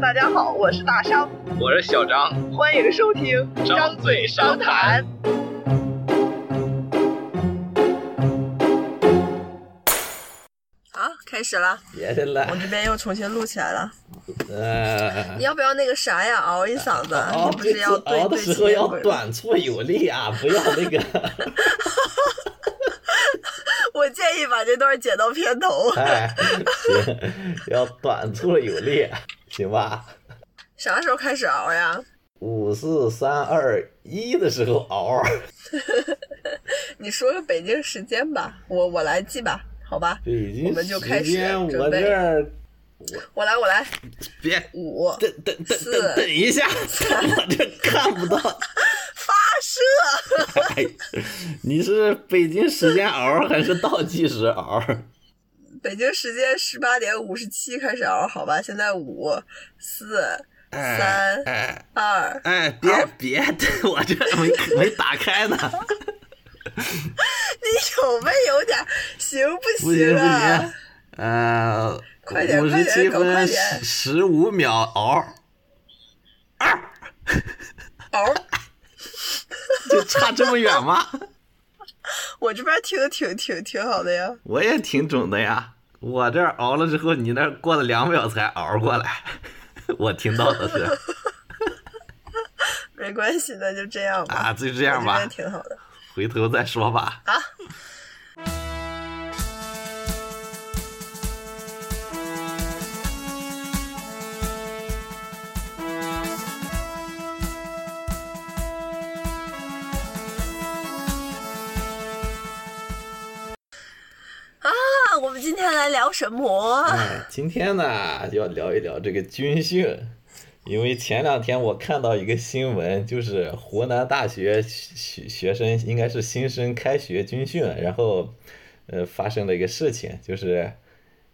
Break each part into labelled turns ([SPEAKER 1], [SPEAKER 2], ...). [SPEAKER 1] 大家好，我是大商，
[SPEAKER 2] 我是小张，
[SPEAKER 1] 欢迎收听
[SPEAKER 2] 张嘴商谈。
[SPEAKER 1] 好，开始了，
[SPEAKER 2] 别的
[SPEAKER 1] 我
[SPEAKER 2] 了，
[SPEAKER 1] 这边又重新录起来了。
[SPEAKER 2] 呃
[SPEAKER 1] 你，要不要那个啥呀，嗷一嗓子？
[SPEAKER 2] 熬
[SPEAKER 1] 你不是
[SPEAKER 2] 啊这
[SPEAKER 1] 要
[SPEAKER 2] 次
[SPEAKER 1] 对
[SPEAKER 2] 呃熬的
[SPEAKER 1] 对
[SPEAKER 2] 时候
[SPEAKER 1] 齐
[SPEAKER 2] 要
[SPEAKER 1] 不是
[SPEAKER 2] 短促有力啊，不要 那个，
[SPEAKER 1] 我建议把这段剪到片头。
[SPEAKER 2] 哎，行，要短促有力，行吧？
[SPEAKER 1] 啥时候开始熬呀？
[SPEAKER 2] 五四三二一的时候嗷，
[SPEAKER 1] 你说个北京时间吧，我我来记吧，好吧？
[SPEAKER 2] 北
[SPEAKER 1] 我
[SPEAKER 2] 京
[SPEAKER 1] 们就开
[SPEAKER 2] 时
[SPEAKER 1] 始
[SPEAKER 2] 间
[SPEAKER 1] 准
[SPEAKER 2] 我
[SPEAKER 1] 备
[SPEAKER 2] 这儿
[SPEAKER 1] 我来，我来，
[SPEAKER 2] 别
[SPEAKER 1] 五
[SPEAKER 2] 等等等
[SPEAKER 1] 四
[SPEAKER 2] 等等一下， 我这看不到。
[SPEAKER 1] 发射。
[SPEAKER 2] 哎，你是北京时间熬还是倒计时熬？
[SPEAKER 1] 北京时间十八点五十七开始熬，好吧？现在五、四、三、
[SPEAKER 2] 哎
[SPEAKER 1] 二，
[SPEAKER 2] 哎，别别，我这没没打开呢，
[SPEAKER 1] 你有没有点行不
[SPEAKER 2] 不行
[SPEAKER 1] 行
[SPEAKER 2] 不
[SPEAKER 1] 啊？
[SPEAKER 2] 行，呃，
[SPEAKER 1] 快点
[SPEAKER 2] 五
[SPEAKER 1] 快
[SPEAKER 2] 十
[SPEAKER 1] 点
[SPEAKER 2] 七
[SPEAKER 1] 搞快
[SPEAKER 2] 分
[SPEAKER 1] 点
[SPEAKER 2] 十五秒熬，
[SPEAKER 1] 熬，
[SPEAKER 2] 就差这么远 吗？
[SPEAKER 1] 我这边听得挺挺挺好的呀。
[SPEAKER 2] 我也挺准的呀，我这儿熬了之后，你那儿过了两秒才熬过来， 我听到的是
[SPEAKER 1] 没关系，那就这样吧。
[SPEAKER 2] 啊，就这
[SPEAKER 1] 这
[SPEAKER 2] 样
[SPEAKER 1] 我
[SPEAKER 2] 吧
[SPEAKER 1] 这边，挺好的。
[SPEAKER 2] 回头再说吧。
[SPEAKER 1] 那我们今天来聊什么？
[SPEAKER 2] 哎，今天呢要聊一聊这个军训，因为前两天我看到一个新闻，就是湖南大学学学生应该是新生开学军训，然后呃发生了一个事情，就是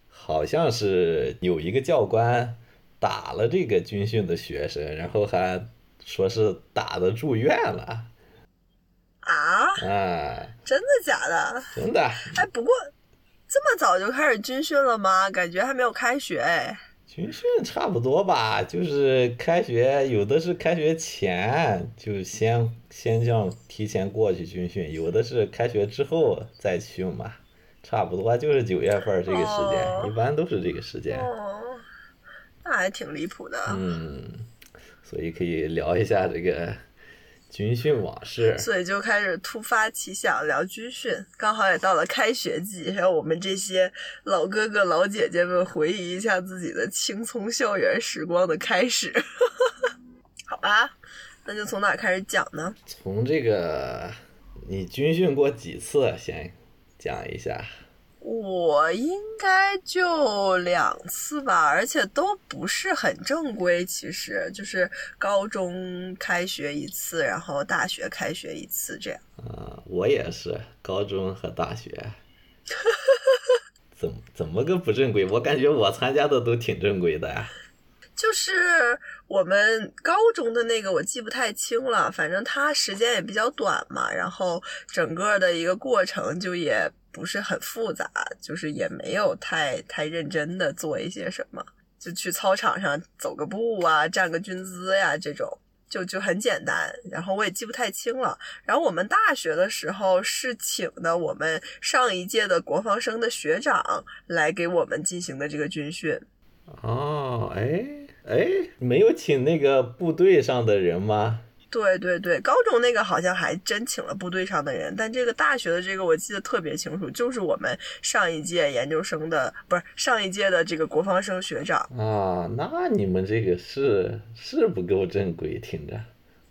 [SPEAKER 2] 好像是有一个教官打了这个军训的学生，然后还说是打的住院了
[SPEAKER 1] 啊，
[SPEAKER 2] 啊，
[SPEAKER 1] 真的假的？
[SPEAKER 2] 真的。啊
[SPEAKER 1] 哎，不过这么早就开始军训了吗？感觉还没有开学哎。
[SPEAKER 2] 军训差不多吧，就是开学，有的是开学前就先先像提前过去军训，有的是开学之后再训嘛，差不多啊就是九月份这个时间，
[SPEAKER 1] 哦
[SPEAKER 2] 一般都是这个时间。
[SPEAKER 1] 哦，那还挺离谱的。
[SPEAKER 2] 嗯，所以可以聊一下这个军训往事。
[SPEAKER 1] 所以就开始突发奇想聊军训，刚好也到了开学季，让我们这些老哥哥老姐姐们回忆一下自己的青葱校园时光的开始， 好吧？那就从哪开始讲呢？
[SPEAKER 2] 从这个你军训过几次，啊先讲一下。
[SPEAKER 1] 我应该就两次吧，而且都不是很正规。其实就是高中开学一次，然后大学开学一次这样。
[SPEAKER 2] 啊，我也是高中和大学，怎怎么个不正规？我感觉我参加的都挺正规的呀。
[SPEAKER 1] 就是我们高中的那个，我记不太清了，反正它时间也比较短嘛，然后整个的一个过程就也不是很复杂，就是也没有太太认真的做一些什么，就去操场上走个步啊，站个军姿呀、这种。就就很简单，然后我也记不太清了。然后我们大学的时候是请的我们上一届的国防生的学长来给我们进行的这个军训，
[SPEAKER 2] 哦，哎哎，没有请那个部队上的人吗？
[SPEAKER 1] 对对对，高中那个好像还真请了部队上的人，但这个大学的这个我记得特别清楚，就是我们上一届研究生的，不是上一届的这个国防生学长。
[SPEAKER 2] 啊，那你们这个是是不够正规，听着。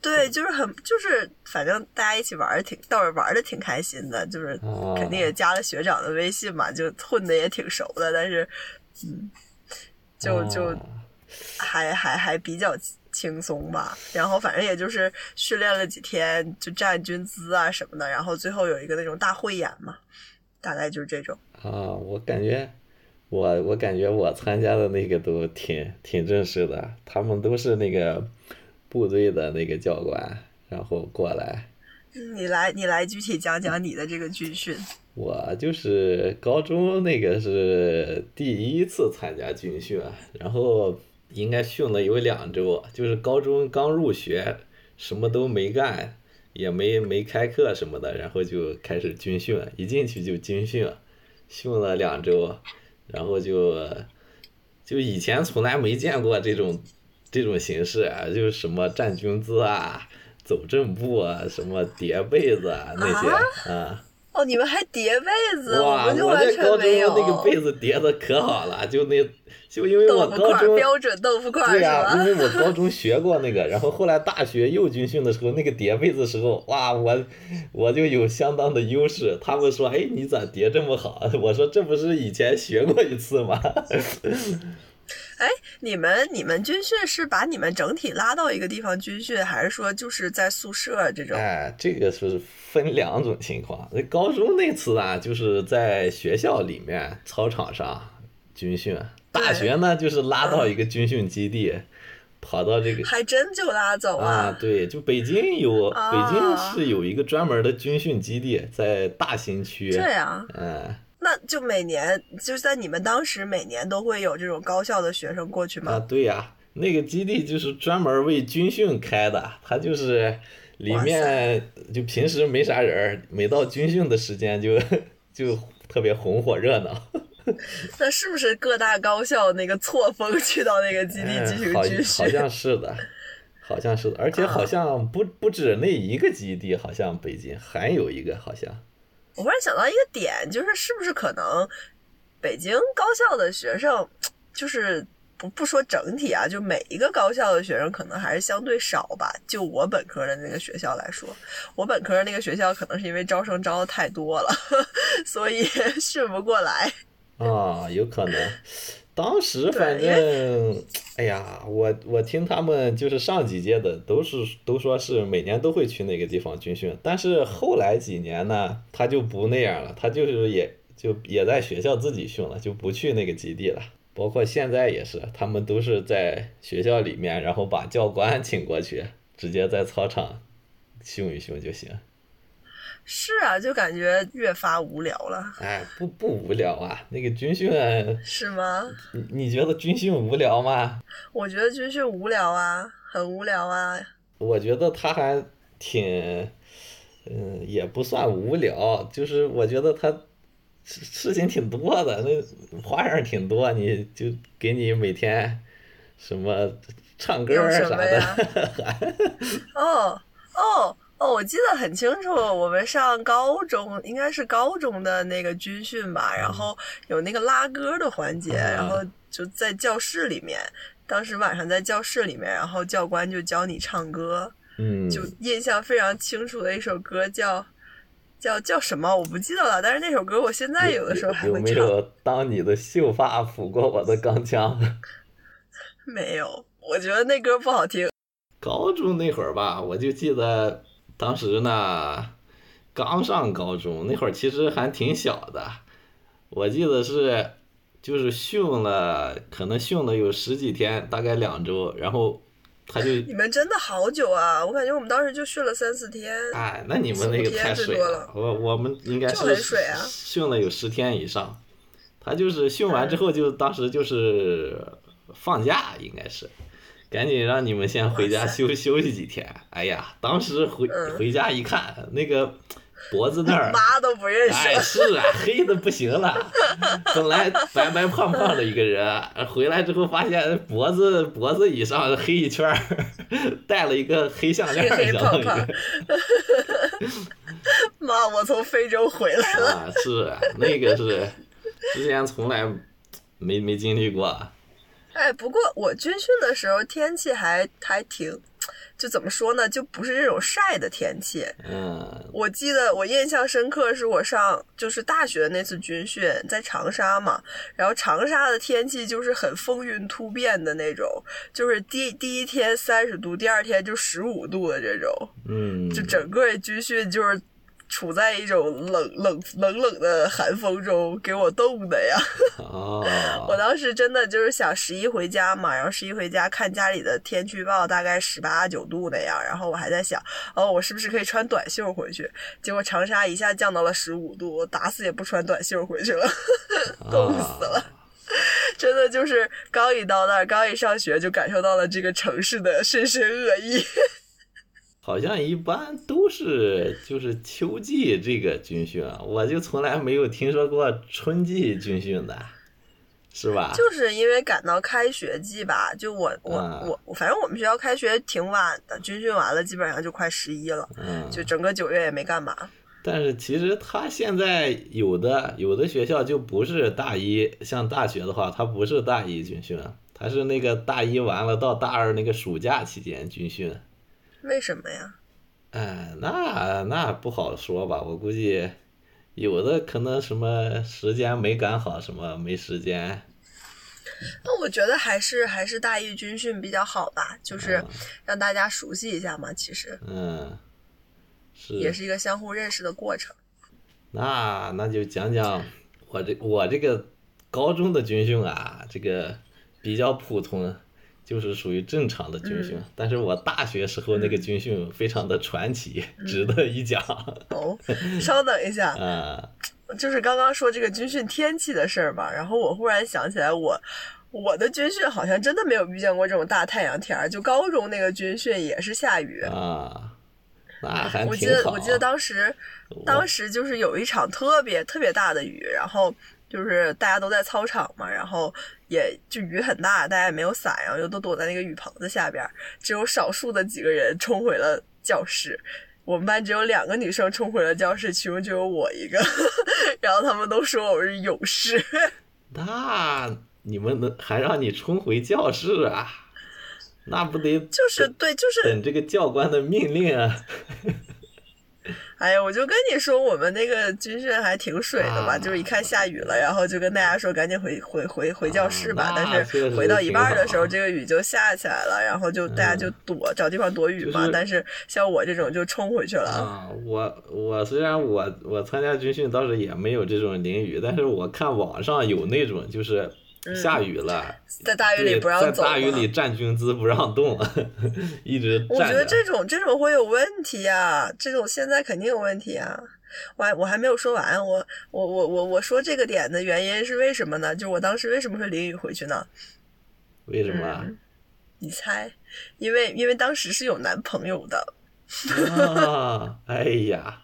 [SPEAKER 1] 对，就是很就是，反正大家一起玩儿挺，倒是玩的挺开心的，就是
[SPEAKER 2] 啊，
[SPEAKER 1] 肯定也加了学长的微信嘛，就混的也挺熟的，但是，嗯，就就
[SPEAKER 2] 啊
[SPEAKER 1] 还还还比较轻松吧。然后反正也就是训练了几天，就站军姿啊什么的。然后最后有一个那种大汇演嘛，大概就是这种。
[SPEAKER 2] 啊，我感觉，我我感觉我参加的那个都挺挺正式的，他们都是那个部队的那个教官，然后过来。
[SPEAKER 1] 嗯你来，你来具体讲讲你的这个军训。
[SPEAKER 2] 我啊就是高中那个是第一次参加军训，然后应该训了有两周，就是高中刚入学，什么都没干，也没没开课什么的，然后就开始军训，一进去就军训，训了两周，然后就就以前从来没见过这种这种形式、啊，就是什么站军姿啊、走正步啊、什么叠被子啊那些啊。
[SPEAKER 1] 哦，你们还叠被子，
[SPEAKER 2] 哇！
[SPEAKER 1] 们就
[SPEAKER 2] 我
[SPEAKER 1] 完
[SPEAKER 2] 在
[SPEAKER 1] 全
[SPEAKER 2] 高中
[SPEAKER 1] 没有。
[SPEAKER 2] 那个被子叠的可好了，就那就因为我
[SPEAKER 1] 豆腐块
[SPEAKER 2] 高
[SPEAKER 1] 儿，
[SPEAKER 2] 中
[SPEAKER 1] 标准豆腐块儿
[SPEAKER 2] 对
[SPEAKER 1] 是
[SPEAKER 2] 呀、因
[SPEAKER 1] 吧？
[SPEAKER 2] 为我 高中学过那个，然后后来大学又军训的时候，那个叠被子的时候，哇，我我就有相当的优势。他们说，哎，你咋叠这么好？啊 我说这不是以前学过一次吗？
[SPEAKER 1] 哎，你们你们军训是把你们整体拉到一个地方军训，还是说就是在宿舍这种？
[SPEAKER 2] 哎，这个是分两种情况。那高中那次啊，就是在学校里面操场上军训；大学呢，就是拉到一个军训基地，跑到这个
[SPEAKER 1] 还真就拉走
[SPEAKER 2] 啊，
[SPEAKER 1] 啊！
[SPEAKER 2] 对，就北京有，北京
[SPEAKER 1] 啊
[SPEAKER 2] 是有一个专门的军训基地，在大兴区。
[SPEAKER 1] 这样，
[SPEAKER 2] 嗯，
[SPEAKER 1] 那就每年就是在你们当时每年都会有这种高校的学生过去
[SPEAKER 2] 啊，
[SPEAKER 1] 吗？
[SPEAKER 2] 对呀、那个基地就是专门为军训开的，它就是里
[SPEAKER 1] 哇塞
[SPEAKER 2] 面就平时没啥人儿，每到军训的时间就就特别红火热闹。
[SPEAKER 1] 那是不是各大高校那个错峰去到那个 基地进行
[SPEAKER 2] 哎嗯好，
[SPEAKER 1] 军
[SPEAKER 2] 好
[SPEAKER 1] 训？啊
[SPEAKER 2] 像是的，好像是的，而且好像不、不止那一个基地，好像北京还有一个，好像。
[SPEAKER 1] 我忽然想到一个点，就是是不是可能北京高校的学生，就是不不说整体啊，就每一个高校的学生可能还是相对少吧。就我本科的那个学校来说，我本科那个学校可能是因为招生招的太多了， 所以 训不过来。
[SPEAKER 2] 啊，有可能。当时
[SPEAKER 1] 对
[SPEAKER 2] 反
[SPEAKER 1] 因
[SPEAKER 2] 正，哎呀，我我听他们就是上几届的都是都说是每年都会去那个地方军训，但是后来几年呢，他就不那样了，他就是也就也在学校自己训了，就不去那个基地了。包括现在也是，他们都是在学校里面，然后把教官请过去，直接在操场训一训就行。
[SPEAKER 1] 是啊，就感觉越发无聊了，
[SPEAKER 2] 哎，不不无聊啊，那个军训，
[SPEAKER 1] 是吗？
[SPEAKER 2] 你你觉得军训无聊吗？
[SPEAKER 1] 我觉得军训无聊啊，很无聊啊。
[SPEAKER 2] 我觉得他还挺，嗯，也不算无聊，就是我觉得他事事情挺多的，那花样挺多，你就给你每天什么唱歌
[SPEAKER 1] 有
[SPEAKER 2] 儿
[SPEAKER 1] 什
[SPEAKER 2] 啥
[SPEAKER 1] 么
[SPEAKER 2] 的
[SPEAKER 1] 呀，哦哦哦，我记得很清楚，我们上高中应该是高中的那个军训吧，
[SPEAKER 2] 嗯
[SPEAKER 1] 然后有那个拉歌的环节，
[SPEAKER 2] 啊
[SPEAKER 1] 然后就在教室里面。当时晚上在教室里面，然后教官就教你唱歌，
[SPEAKER 2] 嗯，
[SPEAKER 1] 就印象非常清楚的一首歌叫叫叫什么我不记得了，但是那首歌我现在
[SPEAKER 2] 有
[SPEAKER 1] 有的时候还
[SPEAKER 2] 有
[SPEAKER 1] 会
[SPEAKER 2] 没
[SPEAKER 1] 唱。
[SPEAKER 2] 有当你的秀发抚过我的钢枪？
[SPEAKER 1] 没有，我觉得那歌不好听。
[SPEAKER 2] 高中那会儿吧，我就记得当时呢，刚上高中那会儿，其实还挺小的。我记得是，就是训了，可能训了有十几天，大概两周，然后他就，
[SPEAKER 1] 你们真的好久啊！我感觉我们当时就训了三四天。
[SPEAKER 2] 哎，那你们那个太水了，我我们应该
[SPEAKER 1] 就是很水啊
[SPEAKER 2] 训了有十天以上。他就是训完
[SPEAKER 1] 嗯
[SPEAKER 2] 之后就当时就是放假，应该是，赶紧让你们先回家
[SPEAKER 1] 哇塞
[SPEAKER 2] 休休息几天。哎呀，当时回
[SPEAKER 1] 嗯
[SPEAKER 2] 回家一看，那个脖子那儿，
[SPEAKER 1] 妈都不认识
[SPEAKER 2] 哎，是啊，黑的不行了。本来白白胖胖的一个人，回来之后发现脖子脖子以上黑一圈儿，戴了一个黑项链儿，
[SPEAKER 1] 黑黑
[SPEAKER 2] 相当于。
[SPEAKER 1] 胖胖 妈，我从非洲回来了。
[SPEAKER 2] 啊，是啊，那个是之前从来没没经历过。
[SPEAKER 1] 哎，不过我军训的时候天气还还挺，就怎么说呢，就不是这种晒的天气。
[SPEAKER 2] 嗯
[SPEAKER 1] 我记得我印象深刻，是我上就是大学那次军训，在长沙嘛，然后长沙的天气就是很风云突变的那种，就是第第一天三十度，第二天就十五度的这种。
[SPEAKER 2] 嗯，
[SPEAKER 1] 就整个军训就是处在一种冷冷冷冷的寒风中，给我冻的呀！
[SPEAKER 2] 哦，
[SPEAKER 1] 我当时真的就是想十一回家嘛，然后十一回家看家里的天气预报，大概十八九度那样，然后我还在想，哦，我是不是可以穿短袖回去？结果长
[SPEAKER 2] 啊
[SPEAKER 1] 沙一下降到了十五度，我打死也不穿短袖回去了。冻死
[SPEAKER 2] 了。
[SPEAKER 1] 真的就是刚一到那儿，刚一上学就感受到了这个城市的深深恶意。
[SPEAKER 2] 好像一般都是就是秋季这个军训，啊我就从来没有听说过春季军训的，是吧？
[SPEAKER 1] 就是因为赶到开学季吧，就我我
[SPEAKER 2] 啊
[SPEAKER 1] 我我，反正我们学校开学挺晚的，军训完了基本上就快十一了，
[SPEAKER 2] 嗯，
[SPEAKER 1] 就整个九月也没干嘛。
[SPEAKER 2] 但是其实他现在有的有的学校就不是大一，像大学的话，它不是大一军训，它是那个大一完了到大二那个暑假期间军训。
[SPEAKER 1] 为什么呀？
[SPEAKER 2] 哎，那那不好说吧，我估计有的可能什么时间没赶好，什么没时间。
[SPEAKER 1] 那我觉得还是还是大一军训比较好吧，就是让大家熟悉一下嘛，其实
[SPEAKER 2] 嗯，是
[SPEAKER 1] 也是一个相互认识的过程。
[SPEAKER 2] 那那就讲讲我这我这个高中的军训啊，这个比较普通，就是属于正常的军
[SPEAKER 1] 嗯
[SPEAKER 2] 训。但是我大学时候那个军训非常的传奇，
[SPEAKER 1] 嗯
[SPEAKER 2] 值得一讲
[SPEAKER 1] 哦，稍等一下，
[SPEAKER 2] 啊。
[SPEAKER 1] 就是刚刚说这个军训天气的事儿吧，然后我忽然想起来我。我的军训好像真的没有遇见过这种大太阳天儿，就高中那个军训也是下雨。
[SPEAKER 2] 啊，那还
[SPEAKER 1] 哎我记
[SPEAKER 2] 挺
[SPEAKER 1] 得
[SPEAKER 2] 好。啊
[SPEAKER 1] 我记得当时
[SPEAKER 2] 我
[SPEAKER 1] 当时就是有一场特别特别大的雨，然后就是大家都在操场嘛，然后也就雨很大，大家也没有伞，然后又都躲在那个雨棚子下边儿，只有少数的几个人冲回了教室。我们班只有两个女生冲回了教室，其中就有我一个， 然后他们都说我是勇士。
[SPEAKER 2] 那你们能还让你冲回教室啊？那不得
[SPEAKER 1] 就是对，就是，
[SPEAKER 2] 等这个教官的命令啊？
[SPEAKER 1] 哎呀，我就跟你说，我们那个军训还挺水的吧，
[SPEAKER 2] 啊
[SPEAKER 1] 就是一看下雨了，然后就跟大家说赶紧回回回回教室吧。
[SPEAKER 2] 啊
[SPEAKER 1] 但是
[SPEAKER 2] 那
[SPEAKER 1] 回到一半的时候，
[SPEAKER 2] 确
[SPEAKER 1] 这
[SPEAKER 2] 实挺好嗯
[SPEAKER 1] 个雨就下起来了，然后就大家就躲，找地方躲雨嘛。
[SPEAKER 2] 就是
[SPEAKER 1] 但是像我这种就冲回去了。
[SPEAKER 2] 啊， 我我虽然我我参加军训倒是也没有这种淋雨，但是我看网上有那种就是下雨了，
[SPEAKER 1] 在大嗯雨里
[SPEAKER 2] 对
[SPEAKER 1] 不让走
[SPEAKER 2] 在大雨
[SPEAKER 1] 嘛
[SPEAKER 2] 里站军姿不让动， 一直站着。
[SPEAKER 1] 我觉得这种这种会有问题呀、这种现在肯定有问题呀、我还我还没有说完，我我我我我说这个点的原因是为什么呢？就是我当时为什么会淋雨回去呢？
[SPEAKER 2] 为什么啊？
[SPEAKER 1] 嗯你猜？因为因为当时是有男朋友的，嗯
[SPEAKER 2] 啊，哎呀，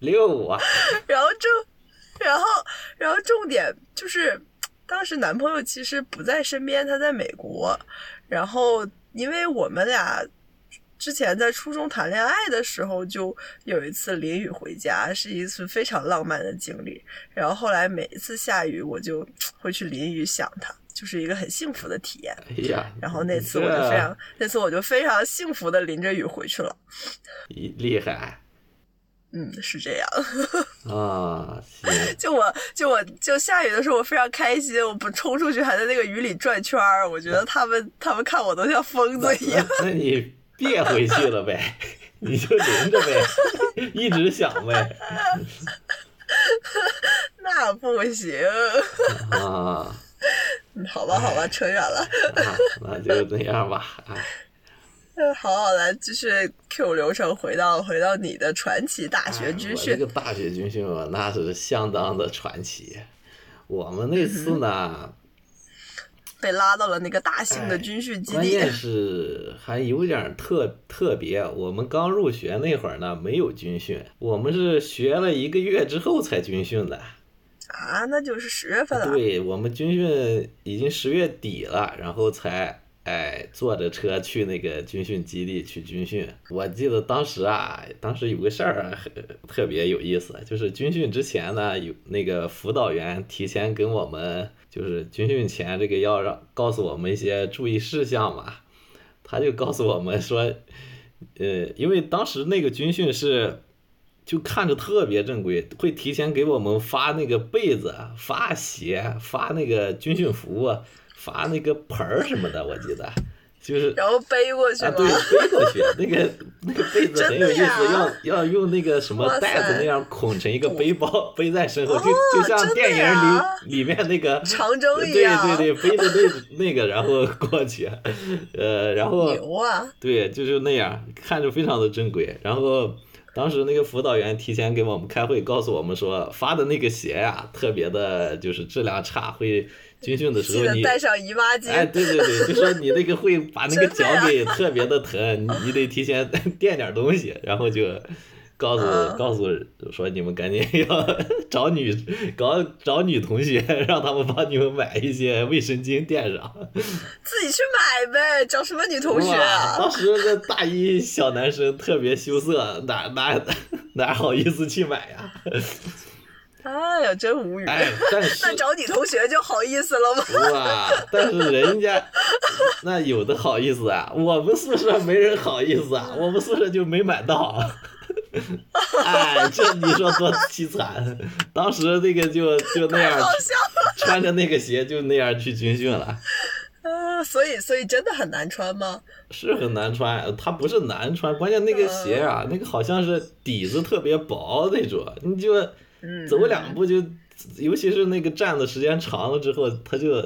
[SPEAKER 2] 六啊，
[SPEAKER 1] 然后重，然后然后重点就是，当时男朋友其实不在身边，他在美国，然后因为我们俩。之前在初中谈恋爱的时候，就有一次淋雨回家，是一次非常浪漫的经历。然后后来每一次下雨，我就会去淋雨想他，就是一个很幸福的体验。
[SPEAKER 2] 哎呀，
[SPEAKER 1] 然后那
[SPEAKER 2] 你
[SPEAKER 1] 次我就
[SPEAKER 2] 这
[SPEAKER 1] 非常，那次我就非常幸福的淋着雨回去了。
[SPEAKER 2] 一厉害
[SPEAKER 1] 嗯，是这样。
[SPEAKER 2] 啊，行，
[SPEAKER 1] 就我就我就下雨的时候，我非常开心，我不冲出去，还在那个雨里转圈儿。我觉得他们他们看我都像疯子一样。
[SPEAKER 2] 那那你别回去了呗，你就淋着呗，一直想 呗。
[SPEAKER 1] 那不行，
[SPEAKER 2] 啊，
[SPEAKER 1] 嗯好吧，好吧，
[SPEAKER 2] 哎
[SPEAKER 1] 扯远了。
[SPEAKER 2] 那那就那样吧。哎，
[SPEAKER 1] 嗯好好来，继续 Q 流程，回到回到你的传奇大学军
[SPEAKER 2] 哎我
[SPEAKER 1] 训
[SPEAKER 2] 这个大学军训啊，那是相当的传奇。我们那次呢，
[SPEAKER 1] 被拉到了那个大型的
[SPEAKER 2] 哎
[SPEAKER 1] 军嗯训基
[SPEAKER 2] 关
[SPEAKER 1] 地。啊
[SPEAKER 2] 键是还有点儿特特别。我们刚入学那会儿呢，没有军训，我们是学了一个月之后才军训的。
[SPEAKER 1] 啊，那就是十月份了。
[SPEAKER 2] 对我们军训已经十月底了，然后才哎坐着车去那个军训基地去军训。我记得当时啊，当时有个事儿、啊、呃特别有意思，就是军训之前呢，有那个辅导员提前跟我们，就是军训前这个要让告诉我们一些注意事项嘛，他就告诉我们说，呃，因为当时那个军训是。就看着特别正规，会提前给我们发那个被子、啊发鞋、啊发那个军训服、啊发那个盆儿什么的，我记得 就是
[SPEAKER 1] 然后背过去
[SPEAKER 2] 啊，
[SPEAKER 1] 吗？
[SPEAKER 2] 对，背过去那个那个被子很有意
[SPEAKER 1] 真的
[SPEAKER 2] 思，
[SPEAKER 1] 呀
[SPEAKER 2] 要要用那个什么
[SPEAKER 1] 哇塞
[SPEAKER 2] 袋子那样捆成一个背包，背在身后，就
[SPEAKER 1] 哦
[SPEAKER 2] 就像
[SPEAKER 1] 真的
[SPEAKER 2] 电影
[SPEAKER 1] 呀
[SPEAKER 2] 里里面那个呃
[SPEAKER 1] 长征一样
[SPEAKER 2] 对对对，背着那那个然后过去，呃，然 后
[SPEAKER 1] 牛啊！
[SPEAKER 2] 对，就是那样，看着非常的珍贵。然后当时那个辅导员提前给我们开会，告诉我们说发的那个鞋呀、特别的就是质量差，会军训的时
[SPEAKER 1] 记
[SPEAKER 2] 候
[SPEAKER 1] 得
[SPEAKER 2] 你
[SPEAKER 1] 带上姨妈巾。
[SPEAKER 2] 哎，对对对，就说你那个会把那个
[SPEAKER 1] 真
[SPEAKER 2] 脚
[SPEAKER 1] 的呀
[SPEAKER 2] 给特别的疼，你你得提前 垫点东西，然后就告诉、
[SPEAKER 1] 嗯
[SPEAKER 2] 告诉说你们赶紧 要找女搞找女同学，让他们帮你们买一些卫生巾垫上。
[SPEAKER 1] 自己去买呗，找什么女同学
[SPEAKER 2] 哇
[SPEAKER 1] 啊？
[SPEAKER 2] 当时这大一小男生特别羞涩，哪哪哪好意思去买呀？
[SPEAKER 1] 哎呀，真无语。
[SPEAKER 2] 哎，但是
[SPEAKER 1] 那找女同学就好意思 了吗？
[SPEAKER 2] 哇！但是人家那有的好意思啊，我们宿舍没人好意思啊，我们宿舍就没买到。哎，这你说多凄惨！当时那个就就那样
[SPEAKER 1] 好笑。
[SPEAKER 2] 穿着那个鞋就那样去军训了，
[SPEAKER 1] 啊，所以所以真的很难穿吗？
[SPEAKER 2] 是很难穿。它不是难穿，关键那个鞋啊，那个好像是底子特别薄那种，你就
[SPEAKER 1] 嗯，
[SPEAKER 2] 走两步就，尤其是那个站的时间长了之后，他就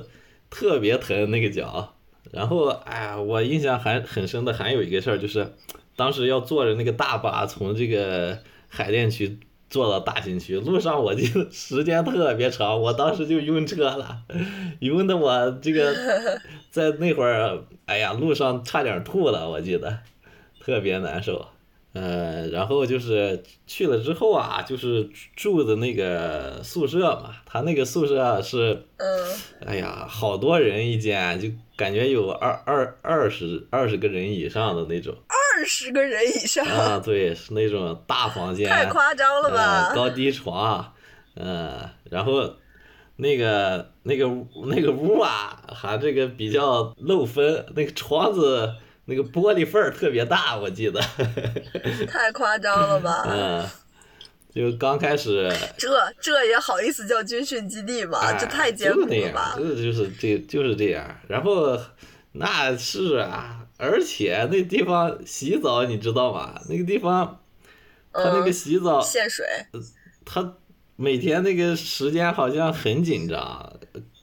[SPEAKER 2] 特别疼那个脚。然后，哎呀，我印象还很深的还有一个事儿，就是当时要坐着那个大巴从这个海淀区坐到大兴区，路上我就 时间特别长，我当时就晕车了，晕的我 这个在那会儿，哎呀，路上差点吐了，我记得特别难受。呃，然后就是去了之后啊，就是住的那个宿舍嘛，他那个宿舍啊是，
[SPEAKER 1] 嗯，
[SPEAKER 2] 哎呀，好多人一间，啊就感觉有二二二十二十个人以上的那种
[SPEAKER 1] 二十个人以上，
[SPEAKER 2] 啊，对，是那种大房间，啊
[SPEAKER 1] 太夸张了吧
[SPEAKER 2] 呃？高低床，呃，然后那个那个屋那个屋啊，还这个比较漏风，那个窗子那个玻璃缝儿特别大，我记得，
[SPEAKER 1] 太夸张了吧？
[SPEAKER 2] 嗯，就刚开始，
[SPEAKER 1] 这这也好意思叫军训基地吗？
[SPEAKER 2] 哎
[SPEAKER 1] 啊这太艰
[SPEAKER 2] 就
[SPEAKER 1] 苦
[SPEAKER 2] 那
[SPEAKER 1] 了
[SPEAKER 2] 样
[SPEAKER 1] 吧？
[SPEAKER 2] 这就是这就是这样。然后那是啊，而且那地方洗澡你知道吗？那个地方，他那个
[SPEAKER 1] 嗯
[SPEAKER 2] 洗澡，
[SPEAKER 1] 限水
[SPEAKER 2] 他每天那个时间好像很紧张，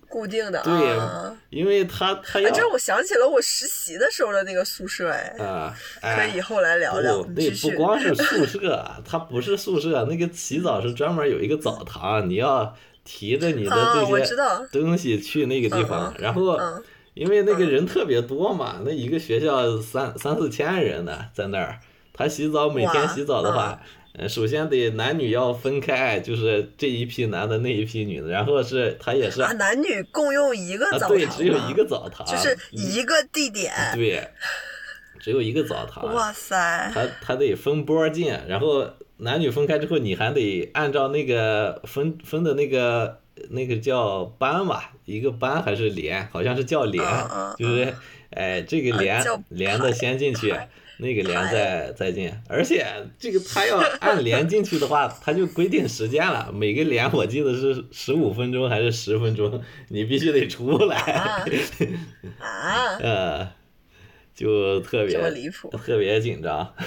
[SPEAKER 1] 固定的
[SPEAKER 2] 对
[SPEAKER 1] 啊。
[SPEAKER 2] 因为他他
[SPEAKER 1] 哎，
[SPEAKER 2] 要
[SPEAKER 1] 这让我想起了我实习的时候的那个宿舍，哎，
[SPEAKER 2] 啊，
[SPEAKER 1] 可
[SPEAKER 2] 哎
[SPEAKER 1] 以以。后来聊聊。
[SPEAKER 2] 不，
[SPEAKER 1] 你
[SPEAKER 2] 那
[SPEAKER 1] 继
[SPEAKER 2] 不
[SPEAKER 1] 续。
[SPEAKER 2] 光是宿舍啊，它不是宿舍，那个洗澡是专门有一个澡堂，你要提着你的
[SPEAKER 1] 啊，我
[SPEAKER 2] 这
[SPEAKER 1] 知
[SPEAKER 2] 些
[SPEAKER 1] 道，
[SPEAKER 2] 东西去那个地方，然后
[SPEAKER 1] 嗯
[SPEAKER 2] 因为那个人特别多嘛，那一个学校三三四千人呢，在那儿，他洗澡每
[SPEAKER 1] 哇嗯
[SPEAKER 2] 天洗澡的话，呃，首先得男女要分开，就是这一批男的，那一批女的，然后是他也是
[SPEAKER 1] 啊，男女共用一个
[SPEAKER 2] 啊，
[SPEAKER 1] 澡堂吗，
[SPEAKER 2] 对，只有一个澡堂，
[SPEAKER 1] 就是
[SPEAKER 2] 一
[SPEAKER 1] 一个地点。
[SPEAKER 2] 对，只有一个澡堂，
[SPEAKER 1] 哇塞，
[SPEAKER 2] 他他得分波进，然后男女分开之后，你还得按照那个分分的那个那个叫班吧，一个班还是连，好像是叫连
[SPEAKER 1] 嗯嗯，
[SPEAKER 2] 就是哎这个
[SPEAKER 1] 啊
[SPEAKER 2] 连
[SPEAKER 1] 叫
[SPEAKER 2] 连的先进去
[SPEAKER 1] 排，
[SPEAKER 2] 那个连
[SPEAKER 1] 排
[SPEAKER 2] 再再进，而且这个 他要按连进去的话，他就规定时间了，每个连我记得是十五分钟还是十分钟，你必须得出来
[SPEAKER 1] 啊，啊，
[SPEAKER 2] 呃，就特别
[SPEAKER 1] 这么离谱，
[SPEAKER 2] 特别紧张。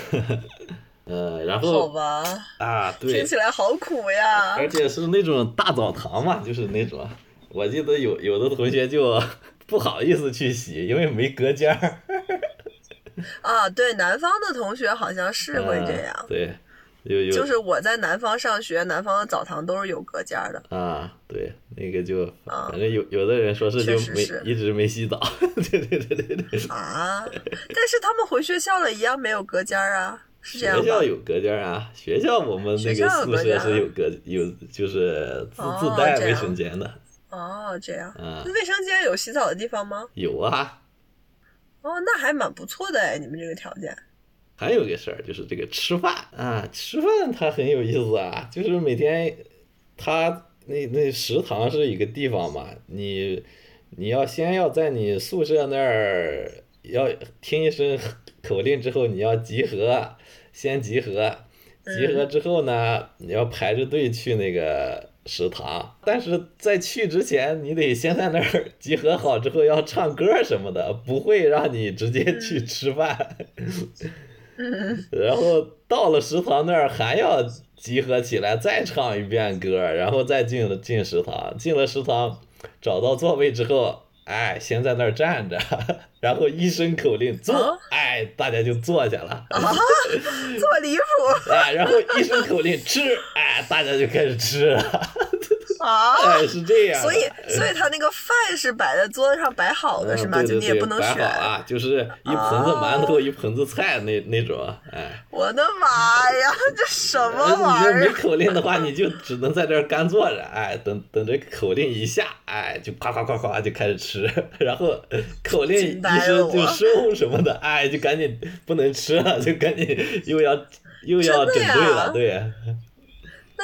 [SPEAKER 2] 呃，然
[SPEAKER 1] 好
[SPEAKER 2] 后
[SPEAKER 1] 吧？
[SPEAKER 2] 啊，
[SPEAKER 1] 听
[SPEAKER 2] 对，
[SPEAKER 1] 起来好苦呀。
[SPEAKER 2] 而且是那种大澡堂嘛，就是那种，我记得有有的同学就 不好意思去洗，因为没隔间儿。
[SPEAKER 1] 啊，对，南方的同学好像是会这样。
[SPEAKER 2] 呃对，有有、
[SPEAKER 1] 就是我在南方上学，南方的澡堂都是有隔间儿的。
[SPEAKER 2] 啊，对，那个就
[SPEAKER 1] 啊
[SPEAKER 2] 反正有有的人说是就
[SPEAKER 1] 确实
[SPEAKER 2] 没
[SPEAKER 1] 是
[SPEAKER 2] 一直没洗澡， 对对对对对，
[SPEAKER 1] 啊，但是他们回学校了，一样没有隔间儿啊，是这
[SPEAKER 2] 学
[SPEAKER 1] 样吧？
[SPEAKER 2] 校有隔间儿啊，学校我们
[SPEAKER 1] 学
[SPEAKER 2] 那个
[SPEAKER 1] 校有
[SPEAKER 2] 宿
[SPEAKER 1] 隔
[SPEAKER 2] 舍
[SPEAKER 1] 间
[SPEAKER 2] 是
[SPEAKER 1] 儿啊
[SPEAKER 2] 有隔有就是自自
[SPEAKER 1] 哦
[SPEAKER 2] 带
[SPEAKER 1] 这
[SPEAKER 2] 卫
[SPEAKER 1] 样
[SPEAKER 2] 生间的，
[SPEAKER 1] 哦，这样。
[SPEAKER 2] 啊
[SPEAKER 1] 那卫生间有洗澡的地方吗？
[SPEAKER 2] 有啊，
[SPEAKER 1] 哦，那还蛮不错的哎，你们这个条 件。
[SPEAKER 2] 还有一个事儿就是这个吃饭啊，吃饭它很有意思啊，就是每天它那那食堂是一个地方嘛，你你要先要在你宿舍那儿要听一声口令之后，你要集合，先集合，集合之后呢，你要排着队去那个食堂，但是在去之前，你得先在那儿集合好之后要唱歌什么的，不会让你直接去吃饭。然后到了食堂那儿还要集合起来再唱一遍歌，然后再进了进食堂。进了食堂，找到座位之后，哎，先在那儿站着， 然后一声口令
[SPEAKER 1] 啊
[SPEAKER 2] 坐，哎，大家就坐下了，
[SPEAKER 1] 这么离谱
[SPEAKER 2] 哎，然后一声口令吃，哎，大家就开始吃了，
[SPEAKER 1] 啊！
[SPEAKER 2] 哎，是这样的，
[SPEAKER 1] 所以，所以他那个饭是摆在桌子上摆好的，是吗？
[SPEAKER 2] 嗯对
[SPEAKER 1] 就
[SPEAKER 2] 对
[SPEAKER 1] 你也
[SPEAKER 2] 对
[SPEAKER 1] 不能
[SPEAKER 2] 摆
[SPEAKER 1] 选啊
[SPEAKER 2] 好。啊，就是一盆子馒头，一盆子菜那那种，哎，
[SPEAKER 1] 我的妈呀， 这什么玩
[SPEAKER 2] 你
[SPEAKER 1] 意
[SPEAKER 2] 就没
[SPEAKER 1] 儿？
[SPEAKER 2] 口令的话，你就只能在这儿干坐着，哎，等等着口令一下，哎，就夸夸夸夸就开始吃，然后口令
[SPEAKER 1] 惊
[SPEAKER 2] 一
[SPEAKER 1] 呆了
[SPEAKER 2] 声
[SPEAKER 1] 我
[SPEAKER 2] 就收什么的，哎，就赶紧不能吃了，就赶紧又要又要整
[SPEAKER 1] 真的呀
[SPEAKER 2] 队了，对，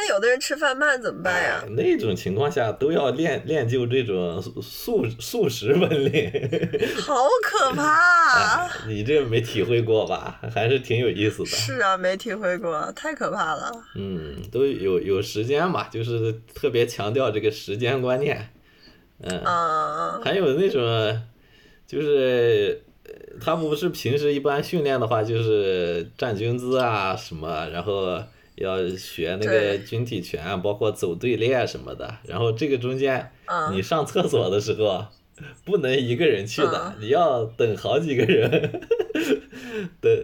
[SPEAKER 1] 那有的人吃饭慢怎么办呀
[SPEAKER 2] 哎？那种情况下都要练练就这种素素素食本领。
[SPEAKER 1] 好可怕啊！
[SPEAKER 2] 哎 你这没体会过吧？还是挺有意思的。
[SPEAKER 1] 是啊，没体会过，太可怕了。
[SPEAKER 2] 嗯，都有有时间嘛，就是特别强调这个时间观念。嗯，
[SPEAKER 1] 啊，
[SPEAKER 2] 还有那种，就是呃他们不是平时一般训练的话，就是站军姿啊什么，然后要学那个
[SPEAKER 1] 对
[SPEAKER 2] 军体拳，啊包括走队列啊什么的。然后这个中间，
[SPEAKER 1] 嗯
[SPEAKER 2] 你上厕所的时候。不能一个人去的
[SPEAKER 1] 嗯，
[SPEAKER 2] 你要等好几个人，等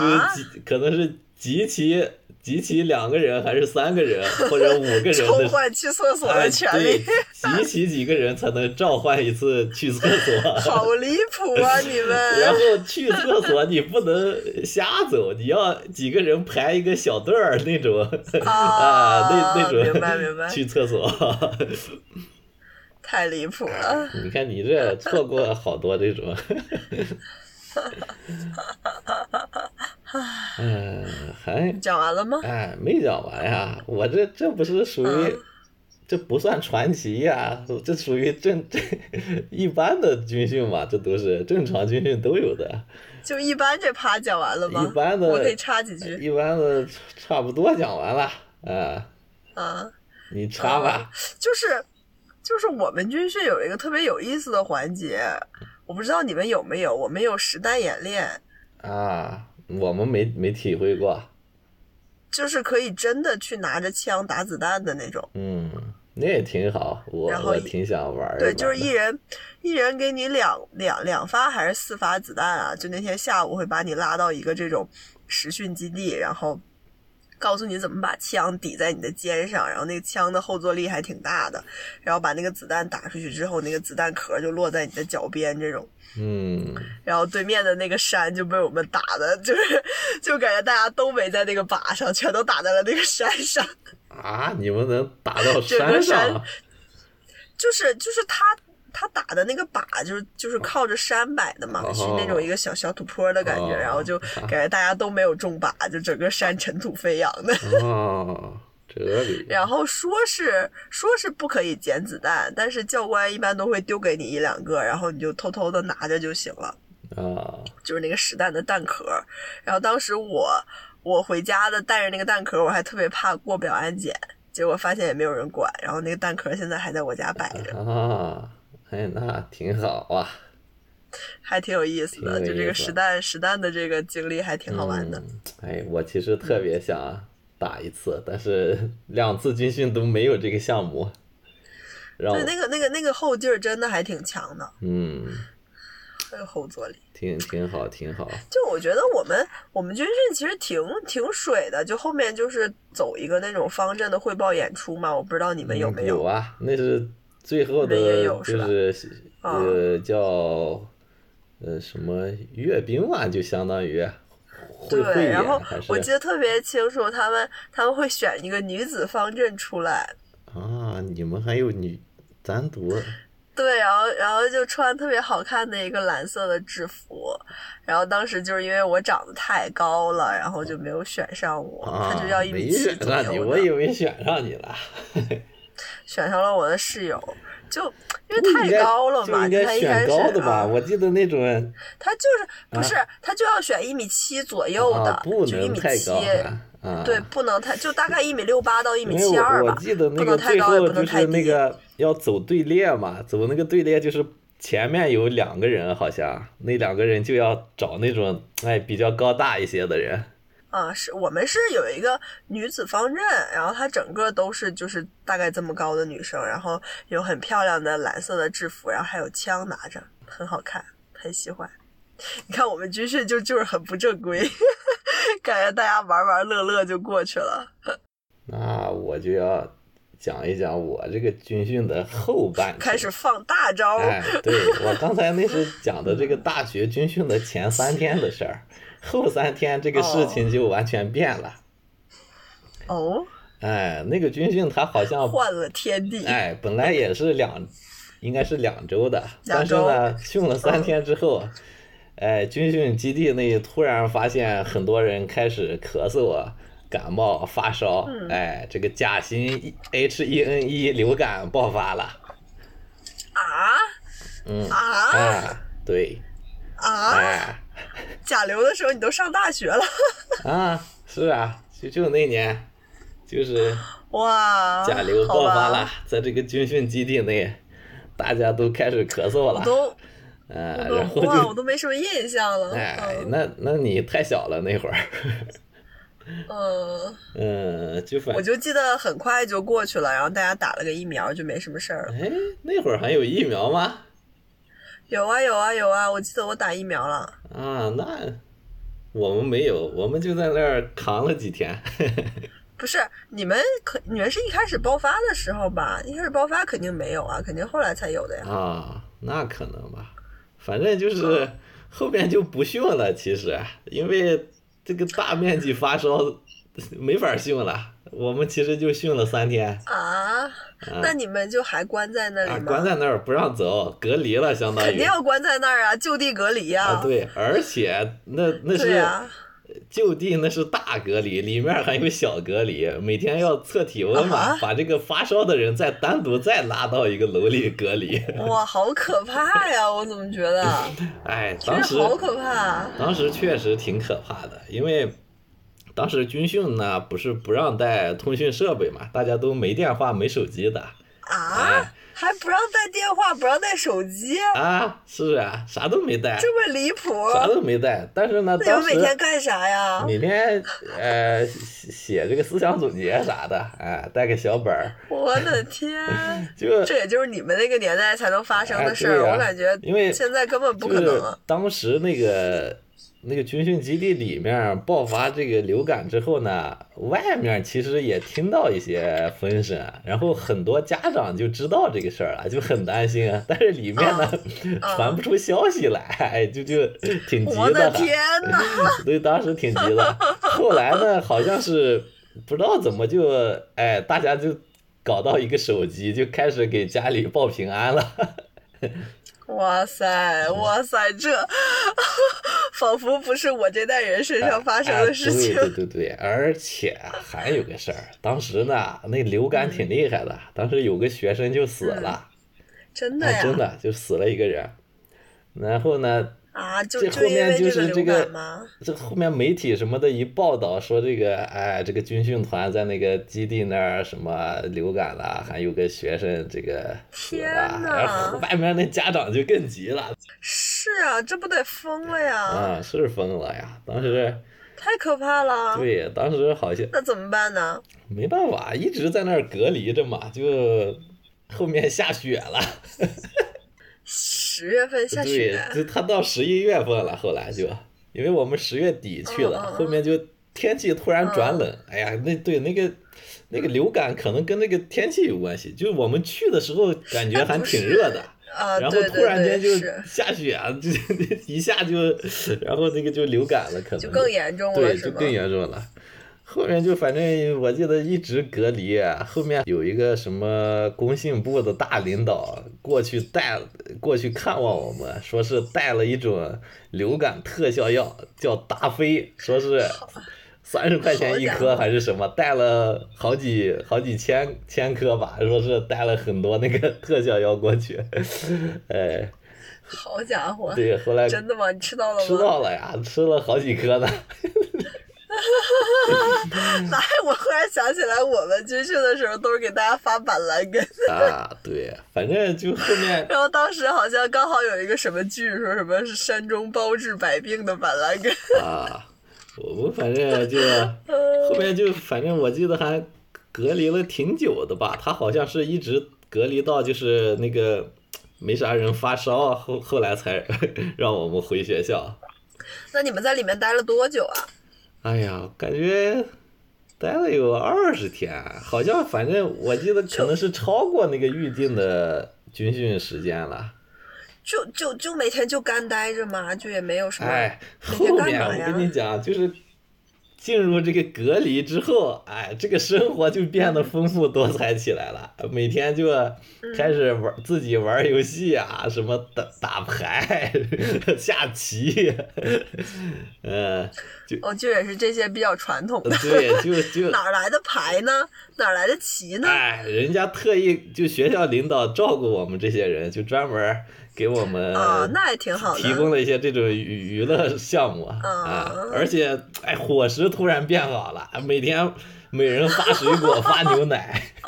[SPEAKER 2] 就是
[SPEAKER 1] 啊
[SPEAKER 2] 几，可能是集齐集齐两个人还是三个人或者五个人
[SPEAKER 1] 抽
[SPEAKER 2] 的，
[SPEAKER 1] 换去厕所
[SPEAKER 2] 哎，
[SPEAKER 1] 的权
[SPEAKER 2] 对，
[SPEAKER 1] 利，
[SPEAKER 2] 集齐几个人才能召唤一次去厕所。
[SPEAKER 1] 好离谱 啊！你
[SPEAKER 2] 哎然
[SPEAKER 1] 们
[SPEAKER 2] 后去厕所 你不能瞎走，你要几个人排一个小队儿那种， 啊，那那种
[SPEAKER 1] 明白明白
[SPEAKER 2] 去厕所。
[SPEAKER 1] 太离谱了。
[SPEAKER 2] 你看你这错过好多 这种。 嗯，还
[SPEAKER 1] 讲完了 吗？
[SPEAKER 2] 哎，没讲完呀，我这这不是属于，
[SPEAKER 1] 嗯
[SPEAKER 2] 这不算传奇呀，这属于正正一般的军训嘛，这都是正常军训都有的，
[SPEAKER 1] 就一般这趴讲完了吗？
[SPEAKER 2] 一般的哎
[SPEAKER 1] 我可以插几句
[SPEAKER 2] 一般的差不多讲完了啊，
[SPEAKER 1] 啊，
[SPEAKER 2] 你插吧，
[SPEAKER 1] 就是就是我们军训有一个特别有意思的环节，我不知道你们有没有，我们有实弹演练，
[SPEAKER 2] 啊，我们没没体会过，
[SPEAKER 1] 就是可以真的去拿着枪打子弹的那种。
[SPEAKER 2] 嗯，那也挺好，我
[SPEAKER 1] 然后
[SPEAKER 2] 我
[SPEAKER 1] 一
[SPEAKER 2] 挺想玩儿
[SPEAKER 1] 对，
[SPEAKER 2] 玩
[SPEAKER 1] 就是
[SPEAKER 2] 的
[SPEAKER 1] 一人一人给你两两两发还是四发子弹啊？就那天下午会把你拉到一个这种实训基地，然后告诉你怎么把枪抵在你的肩上，然后那个枪的后坐力还挺大的，然后把那个子弹打出去之后，那个子弹壳就落在你的脚边这种。
[SPEAKER 2] 嗯，
[SPEAKER 1] 然后对面的那个山就被我们打的，就是就感觉大家都没在那个靶上，全都打在了那个山上。
[SPEAKER 2] 啊，你们能打 到
[SPEAKER 1] 整个山
[SPEAKER 2] 山上，
[SPEAKER 1] 就是就是他他打的那个靶，就是就是靠着山摆的嘛，
[SPEAKER 2] 哦
[SPEAKER 1] 是那种一个小小土坡的感觉，
[SPEAKER 2] 哦
[SPEAKER 1] 然后 就感觉大家都没有中靶，就整个山尘土飞扬的。
[SPEAKER 2] 哦，这里，
[SPEAKER 1] 然后说是说是不可以捡子弹，但是教官一般都会丢给你一两个，然后你就偷偷的拿着就行了。
[SPEAKER 2] 啊，
[SPEAKER 1] 就是那个实弹的弹壳。然后当时我我回家的带着那个弹壳，我还特别怕过不了安检，结果发现也没有人管。然后那个弹壳现在还在我家摆着，
[SPEAKER 2] 啊，哎，那挺好啊，
[SPEAKER 1] 还挺有意思的。
[SPEAKER 2] 挺有
[SPEAKER 1] 就这
[SPEAKER 2] 意
[SPEAKER 1] 个
[SPEAKER 2] 思
[SPEAKER 1] 实弹实弹的这个经历还挺好玩的。
[SPEAKER 2] 嗯。哎，我其实特别想打一次，但是两次军训都没有这个项目，让我
[SPEAKER 1] 对，那个那个那个后劲儿真的还挺强的，
[SPEAKER 2] 嗯，
[SPEAKER 1] 那个后坐力。
[SPEAKER 2] 挺挺好，挺好。
[SPEAKER 1] 就我觉得我们我们军训其实挺挺水的，就后面就是走一个那种方阵的汇报演出嘛，我不知道你们有
[SPEAKER 2] 嗯
[SPEAKER 1] 没
[SPEAKER 2] 有啊？那是最后的
[SPEAKER 1] 你们也，有
[SPEAKER 2] 就是
[SPEAKER 1] 吧
[SPEAKER 2] 是
[SPEAKER 1] 啊
[SPEAKER 2] 呃叫呃什么阅兵嘛，就相当于会会
[SPEAKER 1] 对，
[SPEAKER 2] 演
[SPEAKER 1] 然后
[SPEAKER 2] 还是
[SPEAKER 1] 我记得特别清楚，他们他们会选一个女子方阵出来，
[SPEAKER 2] 啊？你们还有女单独
[SPEAKER 1] 对，然后然后就穿特别好看的一个蓝色的制服，然后当时就是因为我长得太高了，然后就没有选上我，
[SPEAKER 2] 啊？
[SPEAKER 1] 他就要一米
[SPEAKER 2] 没
[SPEAKER 1] 七
[SPEAKER 2] 选
[SPEAKER 1] 左
[SPEAKER 2] 上你，
[SPEAKER 1] 右
[SPEAKER 2] 我
[SPEAKER 1] 的，
[SPEAKER 2] 以为选上你了。
[SPEAKER 1] 选上了我的室友，就因为
[SPEAKER 2] 不应
[SPEAKER 1] 太
[SPEAKER 2] 该
[SPEAKER 1] 高了嘛，
[SPEAKER 2] 就应
[SPEAKER 1] 他
[SPEAKER 2] 该
[SPEAKER 1] 一开
[SPEAKER 2] 选
[SPEAKER 1] 始
[SPEAKER 2] 高的吧？
[SPEAKER 1] 啊，
[SPEAKER 2] 我记得那种
[SPEAKER 1] 他就是不是、他就要选一米七左右的，
[SPEAKER 2] 啊，不
[SPEAKER 1] 就一
[SPEAKER 2] 能
[SPEAKER 1] 米
[SPEAKER 2] 太
[SPEAKER 1] 七。
[SPEAKER 2] 高啊啊，
[SPEAKER 1] 对，不能太就大概一米六八到一
[SPEAKER 2] 因
[SPEAKER 1] 米
[SPEAKER 2] 为
[SPEAKER 1] 七二
[SPEAKER 2] 我我
[SPEAKER 1] 吧，
[SPEAKER 2] 记得那
[SPEAKER 1] 不
[SPEAKER 2] 个
[SPEAKER 1] 能太
[SPEAKER 2] 最
[SPEAKER 1] 高也
[SPEAKER 2] 后
[SPEAKER 1] 不
[SPEAKER 2] 就
[SPEAKER 1] 能太
[SPEAKER 2] 是
[SPEAKER 1] 低。
[SPEAKER 2] 那个要走队列嘛，走那个队列就是前面有两个人，好像那两个人就要找那种哎比较高大一些的人，
[SPEAKER 1] 啊，是我们是有一个女子方阵，然后她整个都是就是大概这么高的女生，然后有很漂亮的蓝色的制服，然后还有枪拿着，很好看，很喜欢。你看我们军训就就是很不正规， 感觉大家玩玩乐乐就过去了。
[SPEAKER 2] 那我就要讲一讲我这个军训的后半程
[SPEAKER 1] 开始放大招，
[SPEAKER 2] 哎，对我刚才那是讲的这个大学军训的前三天的事儿，后三天这个事情就完全变了。
[SPEAKER 1] 哦，
[SPEAKER 2] 哎，那个军训它好像
[SPEAKER 1] 换了天地。
[SPEAKER 2] 哦哎，本来也是两，应该是两周的，
[SPEAKER 1] 两
[SPEAKER 2] 但是
[SPEAKER 1] 周嗯
[SPEAKER 2] 呢，训了三天之后，哎，军训基地内突然发现很多人开始咳嗽、啊感冒、发烧，
[SPEAKER 1] 嗯
[SPEAKER 2] 哎，这个甲型 H1N1 E 流感爆发了，
[SPEAKER 1] 啊
[SPEAKER 2] 嗯，
[SPEAKER 1] 啊
[SPEAKER 2] 啊，对，
[SPEAKER 1] 啊！
[SPEAKER 2] 哎，
[SPEAKER 1] 甲流的时候你都上大学了，
[SPEAKER 2] 啊，是啊，就就那年，就是
[SPEAKER 1] 哇！
[SPEAKER 2] 甲流爆发
[SPEAKER 1] 啊好
[SPEAKER 2] 了
[SPEAKER 1] 吧，，
[SPEAKER 2] 在这个军训基地内，大家都开始咳嗽了
[SPEAKER 1] 我，都
[SPEAKER 2] 嗯，
[SPEAKER 1] 我
[SPEAKER 2] 然后
[SPEAKER 1] 都哇，
[SPEAKER 2] 就
[SPEAKER 1] 我都没什么印象了。
[SPEAKER 2] 哎，
[SPEAKER 1] 嗯
[SPEAKER 2] 那那你太小了那会儿，
[SPEAKER 1] 嗯，
[SPEAKER 2] 嗯，就反
[SPEAKER 1] 我就记得很快就过去了，然后大家打了个疫苗就没什么事儿了。
[SPEAKER 2] 哎，那会儿还有疫苗吗？
[SPEAKER 1] 有啊有啊有啊，我记得我打疫苗了。
[SPEAKER 2] 啊，那我们没有，我们就在那儿扛了几天。
[SPEAKER 1] 不是你们可你们是一开始爆发的时候吧？一开始爆发肯定没有啊，肯定后来才有的呀。
[SPEAKER 2] 啊，那可能吧，反正就是后面就不训了。其实因为这个大面积发烧没法训了，我们其实就训了三天
[SPEAKER 1] 啊，
[SPEAKER 2] 啊
[SPEAKER 1] 那你们就还关在那
[SPEAKER 2] 嗯啊
[SPEAKER 1] 里，吗
[SPEAKER 2] 关？在那儿不让走，隔离了，相当
[SPEAKER 1] 肯
[SPEAKER 2] 于
[SPEAKER 1] 定要关在那儿啊，就地隔离呀、
[SPEAKER 2] 啊，对，而且那
[SPEAKER 1] 对
[SPEAKER 2] 那是
[SPEAKER 1] 啊，
[SPEAKER 2] 就地那是大隔离，里面还有小隔离，每天要测体温
[SPEAKER 1] 啊
[SPEAKER 2] 嘛
[SPEAKER 1] 哈，
[SPEAKER 2] 把这个发烧的人再单独再拉到一个楼里隔离。
[SPEAKER 1] 哇，好可怕呀！我怎么觉得
[SPEAKER 2] 哎，
[SPEAKER 1] 真
[SPEAKER 2] 当时
[SPEAKER 1] 是好可怕？啊
[SPEAKER 2] 当时确实挺可怕的，因为当时军训呢不是不让带通讯设备嘛，大家都没电话、没手机的。
[SPEAKER 1] 啊
[SPEAKER 2] 哎，
[SPEAKER 1] 还不让带电话，不让带手机，
[SPEAKER 2] 啊，是啊，啥都没带，
[SPEAKER 1] 这么离 谱！
[SPEAKER 2] 啥都没带。但是呢，
[SPEAKER 1] 那你
[SPEAKER 2] 当
[SPEAKER 1] 们
[SPEAKER 2] 时
[SPEAKER 1] 每天干啥呀？
[SPEAKER 2] 每天呃写写这个思想总结啥的，哎，带个小本儿，，
[SPEAKER 1] 我的天
[SPEAKER 2] 就
[SPEAKER 1] 这也就是你们那个年代才能发生的事
[SPEAKER 2] 哎
[SPEAKER 1] 儿，
[SPEAKER 2] 对呀
[SPEAKER 1] 我感觉
[SPEAKER 2] 因为
[SPEAKER 1] 现在根本不
[SPEAKER 2] 就
[SPEAKER 1] 可能
[SPEAKER 2] 是
[SPEAKER 1] 啊。
[SPEAKER 2] 当时那个那个军训基地里面爆发这个流感之后呢，外面其实也听到一些风声，啊然后很多家长就知道这个事儿了，就很担心啊。但是里面呢，
[SPEAKER 1] 啊
[SPEAKER 2] 传不出消息来，哎就就挺急
[SPEAKER 1] 我的
[SPEAKER 2] 的，
[SPEAKER 1] 天啊呐，
[SPEAKER 2] 所以当时挺急的。后来呢，好像是不知道怎么就哎，大家就搞到一个手机，就开始给家里报平安了。
[SPEAKER 1] 哇塞，哇塞，这 仿佛不是我这代人身上发生的事情
[SPEAKER 2] 哎。啊对对对对，而且还有个事儿，当时呢，那流感
[SPEAKER 1] 嗯
[SPEAKER 2] 挺厉害的，当时有个学生就死了，
[SPEAKER 1] 真的
[SPEAKER 2] 哎
[SPEAKER 1] 呀？
[SPEAKER 2] 真的就死了一个人。然后呢，
[SPEAKER 1] 啊，就
[SPEAKER 2] 这
[SPEAKER 1] 就
[SPEAKER 2] 后
[SPEAKER 1] 因
[SPEAKER 2] 面
[SPEAKER 1] 为
[SPEAKER 2] 就
[SPEAKER 1] 这
[SPEAKER 2] 是
[SPEAKER 1] 流
[SPEAKER 2] 这个
[SPEAKER 1] 感吗？
[SPEAKER 2] 这后面媒体什么的一报道说这个，哎，这个军训团在那个基地那儿什么流感了，还有个学生这个死
[SPEAKER 1] 天
[SPEAKER 2] 了，
[SPEAKER 1] 呐
[SPEAKER 2] 然后外面那家长就更急了，
[SPEAKER 1] 是啊，这不得疯了呀！
[SPEAKER 2] 啊，是疯了呀！当时
[SPEAKER 1] 太可怕了。
[SPEAKER 2] 对，当时好像
[SPEAKER 1] 那怎么办呢？
[SPEAKER 2] 没办法，一直在那儿隔离着嘛，就后面下雪了，
[SPEAKER 1] 十月 份下
[SPEAKER 2] 对
[SPEAKER 1] 雪，，
[SPEAKER 2] 就他到十一月份了，后来就因为我们十月底去了，
[SPEAKER 1] 嗯嗯嗯嗯
[SPEAKER 2] 后面就天气突然转冷，哎呀，那对那个那个流感可能跟那个天气有关系，就我们去的时候感觉还挺热的。
[SPEAKER 1] 啊，
[SPEAKER 2] 然后
[SPEAKER 1] 对
[SPEAKER 2] 突然
[SPEAKER 1] 对
[SPEAKER 2] 间就
[SPEAKER 1] 对，是，
[SPEAKER 2] 下雪啊，就 一下就，然后那个就流感了，可能
[SPEAKER 1] 就更严重了，
[SPEAKER 2] 嗯对，
[SPEAKER 1] 是
[SPEAKER 2] 就
[SPEAKER 1] 吗？
[SPEAKER 2] 更严重了。后面就反正我记得一直隔离，啊后面有一个什么工信部的大领导过去带过去看望我们，说是带了一种流感特效药，叫达菲，说是三十块钱一
[SPEAKER 1] 好家
[SPEAKER 2] 颗
[SPEAKER 1] 伙
[SPEAKER 2] 还是什么，带了好几好几千千颗吧，说是带了很多那个特效药过去， 哎，
[SPEAKER 1] 好家伙，
[SPEAKER 2] 对，后来
[SPEAKER 1] 真的吗？你吃到了吗？
[SPEAKER 2] 吃到了呀，吃了好几颗呢。
[SPEAKER 1] 来，我忽然想起来，我们军训的时候都是给大家发板蓝根，
[SPEAKER 2] 啊，对，反正就后面
[SPEAKER 1] 然后当时好像刚好有一个什么剧说什么是山中包治百病的板蓝根，
[SPEAKER 2] 啊，我们反正就后面就反正我记得还隔离了挺久的吧，他好像是一直隔离到就是那个没啥人发烧，后后来才让我们回学校。
[SPEAKER 1] 那你们在里面待了多久啊？
[SPEAKER 2] 哎呀，感觉待了有二十天，好像反正我记得可能是超过那个预定的军训时间了。
[SPEAKER 1] 就就就每天就干待着嘛，就也没有什么。
[SPEAKER 2] 哎，
[SPEAKER 1] 每天
[SPEAKER 2] 后
[SPEAKER 1] 干
[SPEAKER 2] 面
[SPEAKER 1] 嘛
[SPEAKER 2] 我
[SPEAKER 1] 呀
[SPEAKER 2] 跟你讲，就是进入这个隔离之后，哎，这个生活就变得丰富多彩起来了。每天就
[SPEAKER 1] 嗯
[SPEAKER 2] 开始玩、自己玩游戏啊，什么打打牌、 下棋，嗯，就
[SPEAKER 1] 哦，就也是这些比较传统的，
[SPEAKER 2] 嗯 对，就就
[SPEAKER 1] 哪儿来的牌呢？哪儿来的棋呢？
[SPEAKER 2] 哎，人家特意就学校领导照顾我们这些人，就专门儿给我们
[SPEAKER 1] 啊，那也挺好
[SPEAKER 2] 呃提供
[SPEAKER 1] 的。
[SPEAKER 2] 了一些这种娱娱乐项目啊
[SPEAKER 1] 嗯，
[SPEAKER 2] 而且哎，伙食突然变好了，每天每人发水果发牛奶，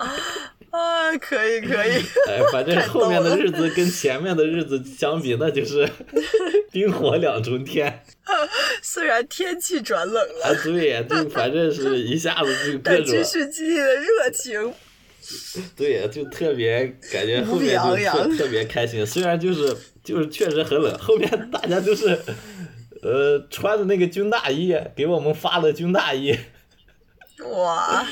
[SPEAKER 1] 啊，可以可以，
[SPEAKER 2] 哎，反正
[SPEAKER 1] 太逗了
[SPEAKER 2] 后面的日子跟前面的日子相比，那就是 冰火两重天
[SPEAKER 1] 虽然天气转冷了，
[SPEAKER 2] 啊！对呀，就反正是一下子就各
[SPEAKER 1] 但
[SPEAKER 2] 种
[SPEAKER 1] 军训基地的热情
[SPEAKER 2] 对呀，就特别感觉后面
[SPEAKER 1] 无
[SPEAKER 2] 就
[SPEAKER 1] 比
[SPEAKER 2] 特
[SPEAKER 1] 昂扬
[SPEAKER 2] 特别开心，虽然就是就是确实很冷，后面大家就是呃穿的那个军大衣，给我们发了军大衣。
[SPEAKER 1] 哇，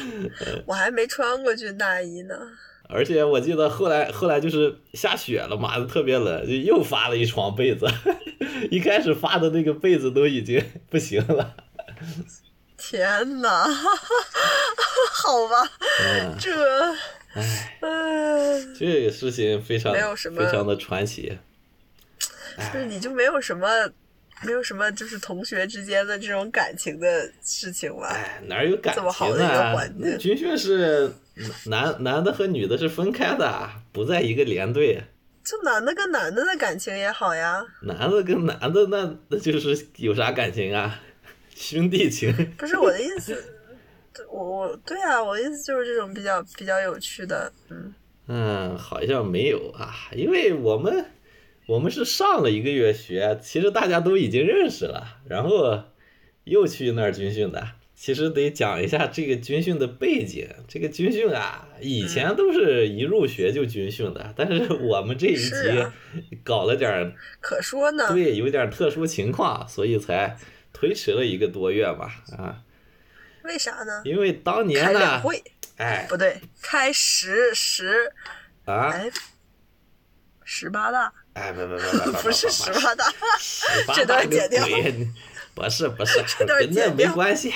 [SPEAKER 1] 我还没穿过军大衣呢。
[SPEAKER 2] 而且我记得后来后来就是下雪了嘛，特别冷，就又发了一床被子。 一开始发的那个被子都已经 不行 了，
[SPEAKER 1] 天哪， 好吧，
[SPEAKER 2] 嗯，
[SPEAKER 1] 这，哎，
[SPEAKER 2] 这个事情非常
[SPEAKER 1] 没有什么
[SPEAKER 2] 非常的传奇。
[SPEAKER 1] 就是你就没有什么，没有什么就是同学之间的这种感情的事情吧？
[SPEAKER 2] 哎，哪有感
[SPEAKER 1] 这么好
[SPEAKER 2] 情
[SPEAKER 1] 的一个
[SPEAKER 2] 啊
[SPEAKER 1] 环？境
[SPEAKER 2] 那军训是男男的和女的是分开的，啊不在一个连队。
[SPEAKER 1] 就男的跟男的的感情也好呀，
[SPEAKER 2] 男的跟男的那那就是有啥感情啊？兄弟情。
[SPEAKER 1] 不是我的意思，我我对啊，我的意思就是这种比较比较有趣的，嗯，
[SPEAKER 2] 嗯，好像没有啊，因为我们我们是上了一个月学，其实大家都已经认识了，然后又去那儿军训的。其实得讲一下这个军训的背景。这个军训啊，以前都是一入学就军训的，但是我们这一
[SPEAKER 1] 是啊
[SPEAKER 2] 集搞了点儿
[SPEAKER 1] 可说呢。
[SPEAKER 2] 对，有点儿特殊情况，所以才推迟了一个多月吧。啊，
[SPEAKER 1] 为啥呢？
[SPEAKER 2] 因为当年
[SPEAKER 1] 开两
[SPEAKER 2] 呢，
[SPEAKER 1] 会
[SPEAKER 2] 哎
[SPEAKER 1] 不对，开十十
[SPEAKER 2] 啊，
[SPEAKER 1] 哎，十八大
[SPEAKER 2] 哎，不不不不不，
[SPEAKER 1] 不是十八大，
[SPEAKER 2] 十
[SPEAKER 1] 这
[SPEAKER 2] 八
[SPEAKER 1] 段
[SPEAKER 2] 个
[SPEAKER 1] 剪掉
[SPEAKER 2] 鬼，你不是不是，
[SPEAKER 1] 这段
[SPEAKER 2] 跟那
[SPEAKER 1] 剪
[SPEAKER 2] 没
[SPEAKER 1] 掉
[SPEAKER 2] 关系。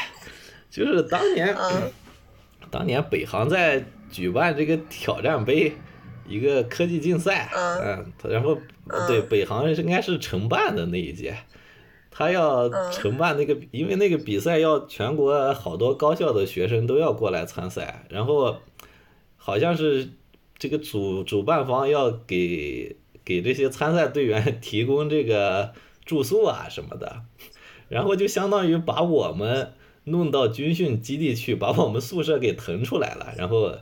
[SPEAKER 2] 就是当年，
[SPEAKER 1] 嗯
[SPEAKER 2] 当年北航在举办这个挑战杯，一个科技竞赛，
[SPEAKER 1] 嗯
[SPEAKER 2] 嗯，他然后对北航是应该是承办的那一届，他要
[SPEAKER 1] 嗯
[SPEAKER 2] 承办那个，因为那个比赛要全国好多高校的学生都要过来参赛，然后好像是这个主主办方要给给这些参赛队员提供这个住宿啊什么的，然后就相当于把我们弄到军训基地去，把我们宿舍给腾出来了，然后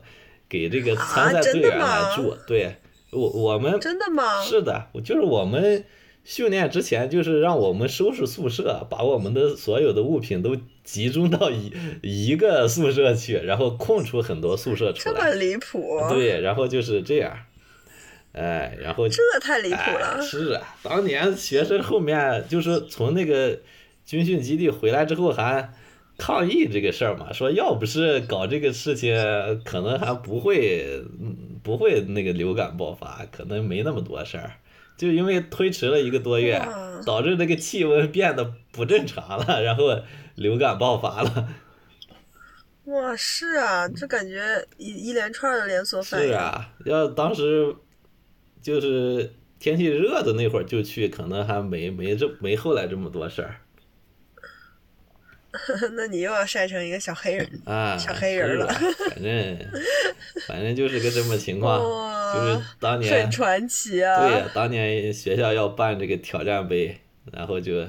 [SPEAKER 2] 给这个参赛
[SPEAKER 1] 啊真
[SPEAKER 2] 队
[SPEAKER 1] 的
[SPEAKER 2] 员来
[SPEAKER 1] 吗
[SPEAKER 2] 住。对，我我们
[SPEAKER 1] 真的吗？
[SPEAKER 2] 是的，我就是我们训练之前，就是让我们收拾宿舍，把我们的所有的物品都集中到一一个宿舍去，然后空出很多宿舍出
[SPEAKER 1] 这么
[SPEAKER 2] 来。
[SPEAKER 1] 离谱？
[SPEAKER 2] 对，然后就是这样，哎，然后
[SPEAKER 1] 这太离谱
[SPEAKER 2] 哎
[SPEAKER 1] 了！
[SPEAKER 2] 是啊，当年学生后面就是从那个军训基地回来之后还抗议这个事儿嘛，说要不是搞这个事情，可能还不会嗯不会那个流感爆发，可能没那么多事儿。就因为推迟了一个多月
[SPEAKER 1] 哇，
[SPEAKER 2] 导致那个气温变得不正常了，然后流感爆发了。
[SPEAKER 1] 哇，是啊，这感觉一一连串的连锁反
[SPEAKER 2] 是
[SPEAKER 1] 应。
[SPEAKER 2] 啊，要当时就是天气热的那会儿就去，可能还没没这没后来这么多事儿。
[SPEAKER 1] 那你又要晒成一个小黑人。
[SPEAKER 2] 啊，
[SPEAKER 1] 小黑人
[SPEAKER 2] 是
[SPEAKER 1] 了
[SPEAKER 2] 吧反正反正就是个这么情况，
[SPEAKER 1] 哇
[SPEAKER 2] 就是当年
[SPEAKER 1] 很传奇
[SPEAKER 2] 对
[SPEAKER 1] 啊！
[SPEAKER 2] 呀，当年学校要办这个挑战杯，然后就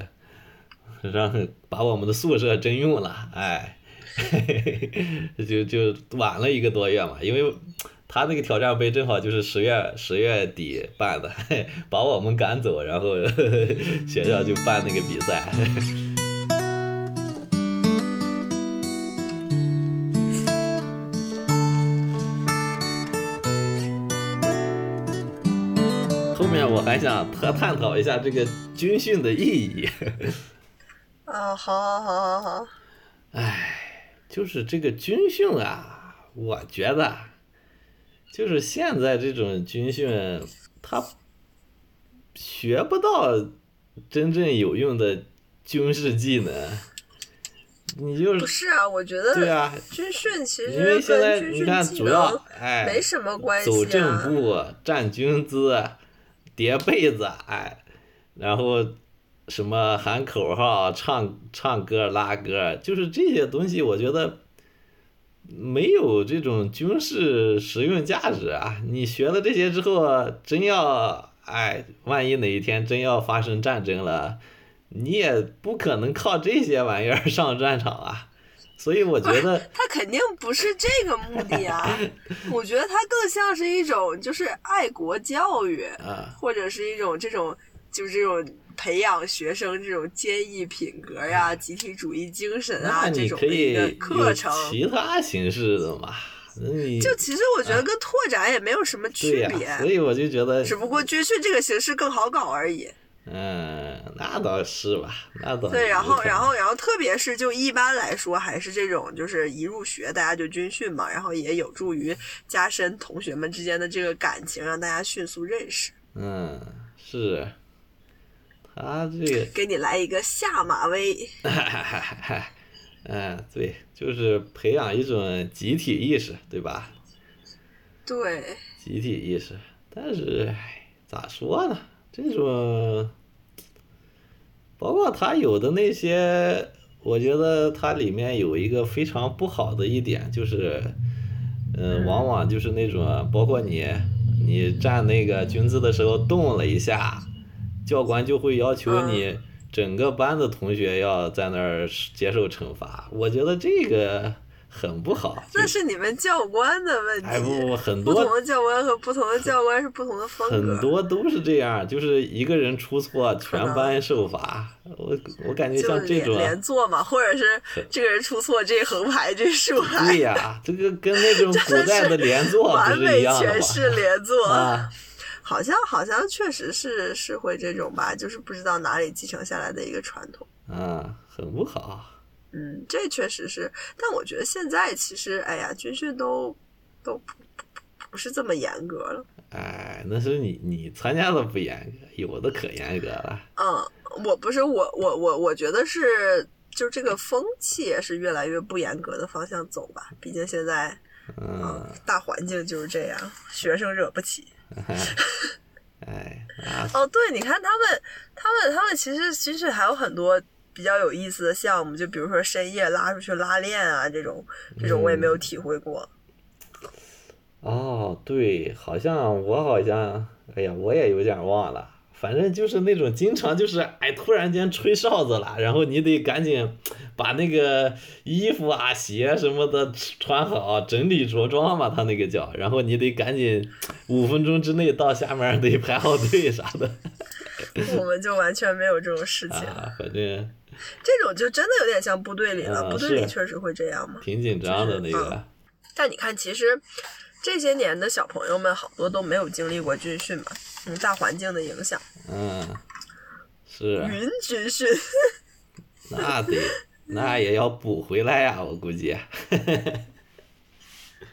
[SPEAKER 2] 让把我们的宿舍征用了，哎， 就就晚了一个多月嘛，因为他那个挑战杯正好就是十月十月底办的， 把我们
[SPEAKER 1] 嗯
[SPEAKER 2] 赶走，然后学校就办那个比赛。我还想探探讨一下这个军训的意义。
[SPEAKER 1] 啊，好好好好好，
[SPEAKER 2] 唉，就是这个军训啊，我觉得啊，就是现在这种军训，他学不到真正有用的军事技能。你就
[SPEAKER 1] 不
[SPEAKER 2] 是
[SPEAKER 1] 是啊，我觉得
[SPEAKER 2] 嗯对啊，
[SPEAKER 1] 军训其
[SPEAKER 2] 因
[SPEAKER 1] 实
[SPEAKER 2] 为现在
[SPEAKER 1] 跟军
[SPEAKER 2] 你
[SPEAKER 1] 训
[SPEAKER 2] 看
[SPEAKER 1] 技
[SPEAKER 2] 主要
[SPEAKER 1] 能
[SPEAKER 2] 哎
[SPEAKER 1] 没什么关系啊。
[SPEAKER 2] 走正步、站军姿、叠被子，哎，然后什么喊口号、唱唱歌、拉歌，就是这些东西，我觉得没有这种军事实用价值啊。你学了这些之后啊，真要哎，万一哪一天真要发生战争了，你也不可能靠这些玩意儿上战场啊。所以我觉得。
[SPEAKER 1] 他肯定不是这个目的 啊，我觉得他更像是一种就是爱国教育，
[SPEAKER 2] 啊
[SPEAKER 1] 或者是一种这种就是这种培养学生这种坚毅品格呀、集体主义精神啊
[SPEAKER 2] 那
[SPEAKER 1] 这
[SPEAKER 2] 你
[SPEAKER 1] 种
[SPEAKER 2] 可
[SPEAKER 1] 的一
[SPEAKER 2] 以
[SPEAKER 1] 个课
[SPEAKER 2] 有
[SPEAKER 1] 程。
[SPEAKER 2] 其他形式的嘛？那你
[SPEAKER 1] 就其实我觉得跟拓展也没有什么
[SPEAKER 2] 啊对
[SPEAKER 1] 区
[SPEAKER 2] 呀、
[SPEAKER 1] 别，
[SPEAKER 2] 所以我就觉得，
[SPEAKER 1] 只不过军训这个形式更好搞而已。
[SPEAKER 2] 嗯，那倒是吧，那倒
[SPEAKER 1] 对，然后，
[SPEAKER 2] 是
[SPEAKER 1] 然后，然后，特别是就一般来说，还是这种，就是一入学大家就军训嘛，然后也有助于加深同学们之间的这个感情，让大家迅速认识。
[SPEAKER 2] 嗯，是，他这个
[SPEAKER 1] 给你来一个下马威，
[SPEAKER 2] 嗯，对，就是培养一种集体意识，对吧？
[SPEAKER 1] 对，
[SPEAKER 2] 集体意识，但是唉咋说呢？这种，包括他有的那些，我觉得它里面有一个非常不好的一点，就是，嗯、往往就是那种，包括你，你站那个军姿的时候动了一下，教官就会要求你
[SPEAKER 1] 嗯
[SPEAKER 2] 整个班的同学要在那儿接受惩罚。我觉得这个很不好。就
[SPEAKER 1] 那是你们教官的问题。
[SPEAKER 2] 哎不不，很
[SPEAKER 1] 不
[SPEAKER 2] 多
[SPEAKER 1] 同的教官和不同的教官是不同的风格。
[SPEAKER 2] 很多都是这样，就是一个人出错，全班受罚。我我感觉
[SPEAKER 1] 就
[SPEAKER 2] 像
[SPEAKER 1] 是
[SPEAKER 2] 这
[SPEAKER 1] 连
[SPEAKER 2] 种，啊
[SPEAKER 1] 连坐嘛，或者是这个人出错，这横排，这竖排，
[SPEAKER 2] 对呀、这个跟那种古代的连坐不
[SPEAKER 1] 完
[SPEAKER 2] 是一
[SPEAKER 1] 美
[SPEAKER 2] 样的
[SPEAKER 1] 诠释
[SPEAKER 2] 吗？
[SPEAKER 1] 连坐。
[SPEAKER 2] 啊，
[SPEAKER 1] 好像好像确实是是会这种吧，就是不知道哪里继承下来的一个传统。
[SPEAKER 2] 嗯，很不好。
[SPEAKER 1] 嗯，这确实是，但我觉得现在其实，哎呀，军训都都不不不不是这么严格了。
[SPEAKER 2] 哎，那是你你参加的不严格，有的可严格了。
[SPEAKER 1] 嗯，我不是我我我我觉得是，就这个风气也是越来越不严格的方向走吧。毕竟现在
[SPEAKER 2] 嗯，
[SPEAKER 1] 大环境就是这样，学生惹不起。
[SPEAKER 2] 哎，那
[SPEAKER 1] 哦，对，你看他们，他们，他们其实军训还有很多比较有意思的项目，就比如说深夜拉出去拉练啊，这种这种我也没
[SPEAKER 2] 嗯
[SPEAKER 1] 有体会过。
[SPEAKER 2] 哦，对，好像我好像，哎呀，我也有点忘了，反正就是那种经常就是，哎，突然间吹哨子了，然后你得赶紧把那个衣服啊、鞋什么的穿好，整理着装嘛，他那个叫，然后你得赶紧五分钟之内到下面儿得排好队啥的
[SPEAKER 1] 我们就完全没有这种事情，
[SPEAKER 2] 啊，反正
[SPEAKER 1] 这种就真的有点像部队里了。
[SPEAKER 2] 啊
[SPEAKER 1] 部队里
[SPEAKER 2] 是
[SPEAKER 1] 确实会这样嘛。
[SPEAKER 2] 挺紧张的那个，
[SPEAKER 1] 但你看，其实这些年的小朋友们好多都没有经历过军训嘛，嗯，大环境的影响，
[SPEAKER 2] 嗯，是，
[SPEAKER 1] 云军训。
[SPEAKER 2] 那得那也要补回来呀，我估计。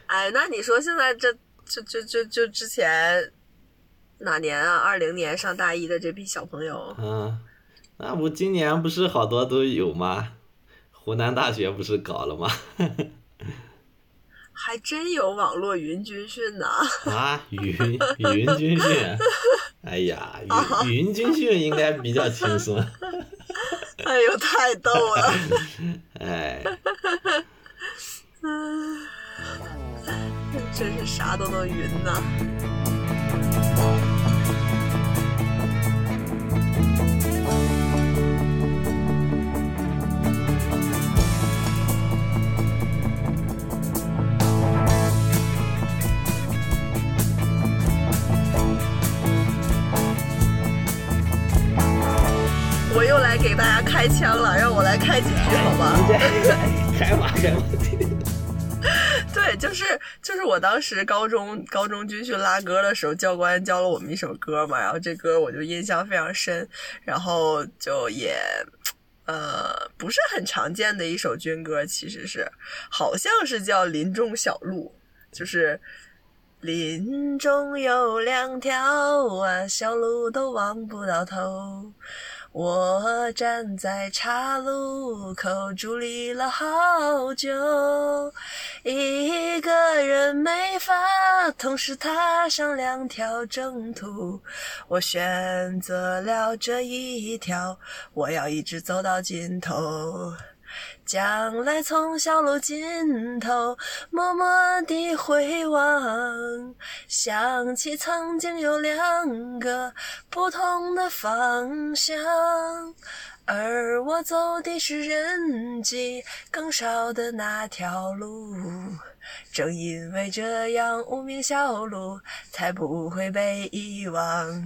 [SPEAKER 1] 哎，那你说现在这就就就就之前哪年啊？二零年上大一的这批小朋友，
[SPEAKER 2] 嗯，那不今年不是好多都有吗？湖南大学不是搞了吗？
[SPEAKER 1] 还真有网络云军训呢。
[SPEAKER 2] 啊，云 云军训，哎呀，
[SPEAKER 1] 啊
[SPEAKER 2] 云云军训应该比较轻松，
[SPEAKER 1] 哎呦，太逗了！
[SPEAKER 2] 哎，
[SPEAKER 1] 真是啥都能云呐。我又来给大家开枪了，让我来开几句好吗？
[SPEAKER 2] 开吧开吧，
[SPEAKER 1] 对，对，就是就是我当时高中高中军训拉歌的时候，教官教了我们一首歌嘛，然后这歌我就印象非常深，然后就也。呃，不是很常见的一首军歌，其实是，好像是叫《林中小路》，就是林中有两条啊，小路都望不到头。我站在岔路口伫立了好久，一个人没法同时踏上两条征途。我选择了这一条，我要一直走到尽头。将来从小路尽头默默地回望，想起曾经有两个不同的方向，而我走的是人迹更少的那条路。正因为这样，无名小路才不会被遗忘，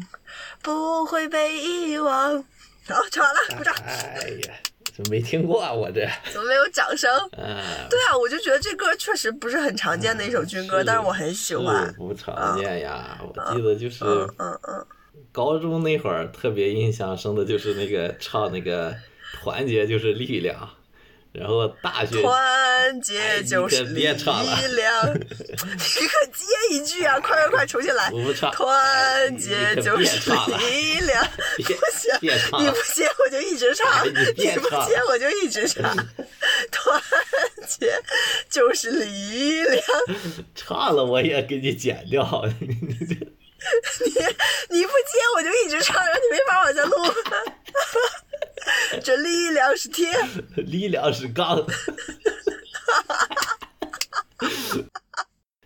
[SPEAKER 1] 不会被遗忘。 好，唱完了，鼓掌。
[SPEAKER 2] 哎呀，怎么没听过啊？我这
[SPEAKER 1] 怎么没有掌声？
[SPEAKER 2] 啊，
[SPEAKER 1] 对啊，我就觉得这歌确实不是很常见的一首军歌，但是我很喜欢
[SPEAKER 2] 是。不常见呀。我记得就是
[SPEAKER 1] 嗯嗯嗯，
[SPEAKER 2] 高中那会儿特别印象深的就是那个唱那个团结就是力量，然后大学
[SPEAKER 1] 团结就是力
[SPEAKER 2] 哎你可别唱了
[SPEAKER 1] 量。 你可接一句啊！快快快，重新来！
[SPEAKER 2] 我不唱，
[SPEAKER 1] 团结就是力量。
[SPEAKER 2] 别
[SPEAKER 1] 不行，
[SPEAKER 2] 别唱
[SPEAKER 1] 你
[SPEAKER 2] 了
[SPEAKER 1] 不，接我就一直唱，
[SPEAKER 2] 啊哎
[SPEAKER 1] 你
[SPEAKER 2] 你别
[SPEAKER 1] 不
[SPEAKER 2] 唱
[SPEAKER 1] 接我就一直 唱。团结就是力量。
[SPEAKER 2] 唱了我也给你剪掉。你
[SPEAKER 1] 你
[SPEAKER 2] 这
[SPEAKER 1] 不接我就一直唱，然后你没法往下 录。这力量是铁，
[SPEAKER 2] 力量是杠，